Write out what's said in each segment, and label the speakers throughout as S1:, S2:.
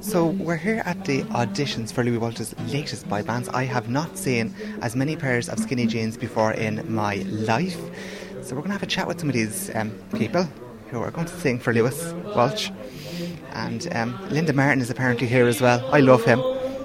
S1: So we're here at the auditions for Louis Walter's latest boy bands. I have not seen as many pairs of skinny jeans before in my life. So we're going to have a chat with some of these um, people who are going to sing for Lewis Walsh. And um, Linda Martin is apparently here as well. I love him.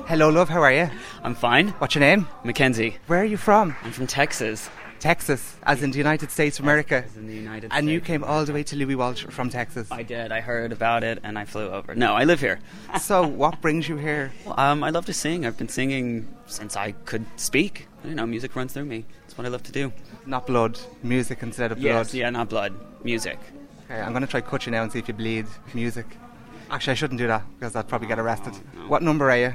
S1: Hello, love. How are you?
S2: I'm fine.
S1: What's your name?
S2: Mackenzie.
S1: Where are you from?
S2: I'm from Texas.
S1: Texas, as in the United States of America.
S2: As in the United
S1: And
S2: States.
S1: you came all the way to Louis Walsh from Texas.
S2: I did. I heard about it and I flew over. No, I live here.
S1: So what brings you here?
S2: Um, I love to sing. I've been singing since I could speak. You know, music runs through me. It's what I love to do.
S1: Not blood, music instead of blood.
S2: Yes, yeah, not blood. Music.
S1: Okay, I'm going to try cut you now and see if you bleed music. Actually, I shouldn't do that because I'd probably get arrested.
S2: no.
S1: What number are you?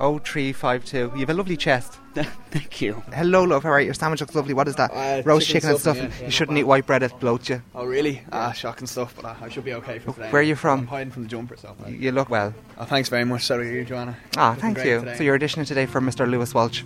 S1: Oh, three, five, two. You have a lovely chest.
S2: Thank you.
S1: Hello, love. How are you? Your sandwich looks lovely. What is that?
S3: Uh,
S1: Roast chicken,
S3: chicken
S1: and stuff.
S3: stuffing, yeah, yeah,
S1: you
S3: not
S1: shouldn't
S3: bad.
S1: eat white bread. It bloats you.
S3: Oh really? Ah, shocking stuff. But uh, I should be okay for today.
S1: where are you from?
S3: I'm hiding from the jumper, so. uh,
S1: You look well.
S3: oh, thanks very much. So are you, Joanna?
S1: Ah,
S3: Looking
S1: thank
S3: great
S1: you.
S3: today.
S1: So you're auditioning today for Mr. Lewis Walsh.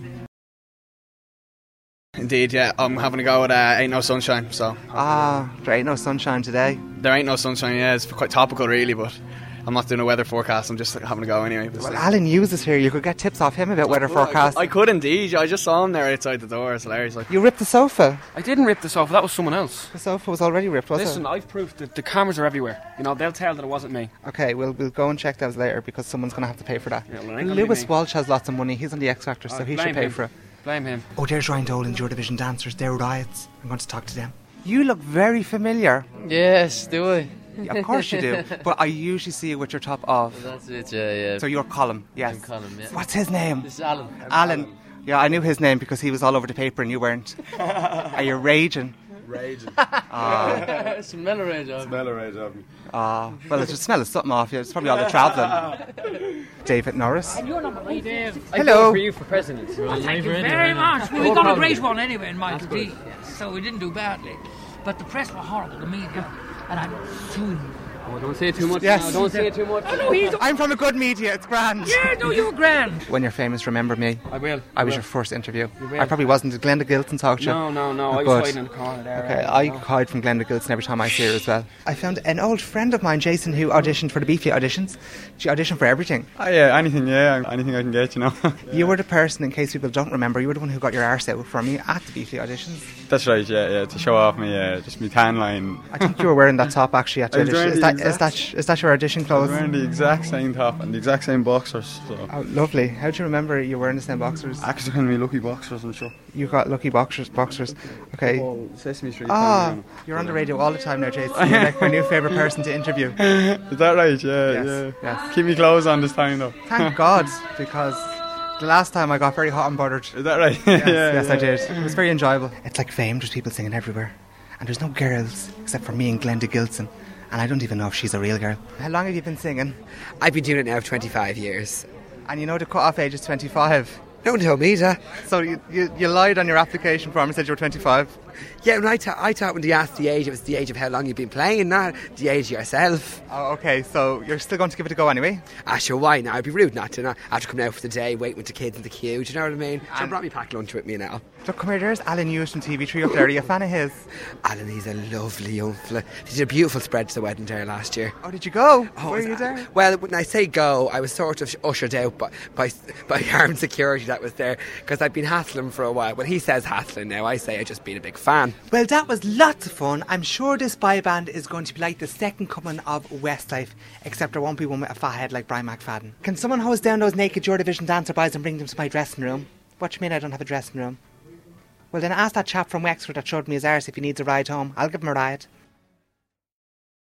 S3: Indeed, yeah. I'm having a go at uh, "Ain't No Sunshine." So uh,
S1: Ah, there ain't no sunshine today.
S3: there ain't no sunshine. Yeah, it's quite topical, really. But I'm not doing a weather forecast. I'm just like, having a go anyway. But it's
S1: Well,
S3: like-
S1: Alan Hughes is here. You could get tips off him about weather
S3: Well, I-
S1: forecasts.
S3: I could indeed. yeah, I just saw him there outside the door. It's hilarious. Like,
S1: You ripped the sofa.
S4: I didn't rip this off. That was someone else.
S1: The sofa was already ripped, wasn't
S4: Listen,
S1: it?
S4: I've proof that the cameras are everywhere. You know, they'll tell that it wasn't me.
S1: Okay, we'll, we'll go and check those later because someone's going to have to pay for that.
S4: Yeah, well, it ain't gonna be
S1: Lewis
S4: me.
S1: Walsh has lots of money. He's on the X Factor, so
S4: Uh,
S1: he
S4: blame
S1: should pay
S4: him.
S1: for it.
S4: Blame him.
S1: Oh, there's Ryan Dolan's Eurovision dancers. They're riots. I'm going to talk to them. You look very familiar.
S5: Yes, do I?
S1: Of course you do. but I usually see you with your top off.
S5: That's it, yeah, yeah.
S1: So your column, yes.
S5: I'm Colin, yeah.
S1: What's his name?
S5: This is Alan.
S1: Alan. Yeah, I knew his name because he was all over the paper and you weren't. Are you raging?
S5: it's a uh, Mellow
S1: Ah, well, it should smell of something off you. It's probably all the travelling. David Norris. Hello.
S5: for you for president.
S6: Thank you very much. Well, we got a great one anyway in Michael D. So we didn't do badly. But the press were horrible, the media. And I'm soon.
S5: Oh, don't say too much.
S1: Yes.
S5: now, Don't say too much.
S6: Oh, no, he's.
S1: I'm from a good media. It's grand.
S6: Yeah, no, you were grand.
S1: When you're famous, remember me.
S4: I will.
S1: I was
S4: will.
S1: your first interview.
S4: will.
S1: I probably wasn't. Did Glenda Gilson talk to you?
S4: No, no, no.
S1: Oh,
S4: I was
S1: good.
S4: hiding in the corner there.
S1: Okay,
S4: uh,
S1: I
S4: no.
S1: hide from Glenda Gilson every time I see her as well. I found an old friend of mine, Jason, who auditioned for the Beefy auditions. She auditioned for everything.
S7: Oh, yeah, anything, yeah, anything I can get, you know.
S1: You were the person, in case people don't remember, you were the one who got your arse out for me at the Beefy auditions.
S7: That's right, yeah, yeah, to show off my, uh, just my tan line.
S1: I think you were wearing that top actually at the
S7: I was
S1: audition. Is
S7: wearing the
S1: that, is,
S7: exact-
S1: that, is that your audition
S7: I was
S1: clothes?
S7: wearing the exact same top and the exact same boxers, so.
S1: Oh, lovely. How do you remember you were wearing the same boxers?
S7: Actually, kind of lucky boxers, I'm sure.
S1: You got lucky boxers, boxers. Okay.
S7: Oh, Sesame Street.
S1: Ah,
S7: fan,
S1: you're on the radio all the time now, Jason. You're like my new favourite person to interview.
S7: you know. Is that right? Yeah,
S1: Yes,
S7: yeah.
S1: yes.
S7: Keep me clothes on this time, though.
S1: Thank God, because the last time I got very hot and buttered.
S7: Is that right? Yes,
S1: yes, I did. It was very enjoyable. It's like fame. There's people singing everywhere, and there's no girls except for me and Glenda Gilson. And I don't even know if she's a real girl. How long have you been singing?
S8: I've been doing it now for 25 years.
S1: And you know the cut-off age is 25.
S8: No one told me that.
S1: So you, you, you lied on your application form and said you were 25.
S8: Yeah, when I, ta- I thought when they asked the age, it was the age of how long you've been playing, not the age of yourself.
S1: Oh, okay. So you're still going to give it a go anyway.
S8: Ah, sure, why now? I'd be rude not to. Not. I have to come out for the day, waiting with the kids in the queue. Do you know what I mean? So I brought me packed lunch with me now.
S1: Look, come here. There's Alan Hughes from TV3 up there. Are you a fan of his?
S8: Alan, he's a lovely young fella. He did a beautiful spread to the wedding there last year.
S1: Oh, did you go?
S8: Oh,
S1: Were
S8: was-
S1: you there?
S8: Well, when I say go, I was sort of ushered out by by, by armed security that was there because I'd been hassling for a while. Well, he says hassling now. I say I just been a big fan.
S1: Well, that was lots of fun. I'm sure this boy band is going to be like the second coming of Westlife, except there won't be one with a fat head like Brian McFadden. Can someone hose down those naked Eurovision dancer boys and bring them to my dressing room? What do you mean I don't have a dressing room? Well, then ask that chap from Wexford that showed me his arse if he needs a ride home. I'll give him a ride.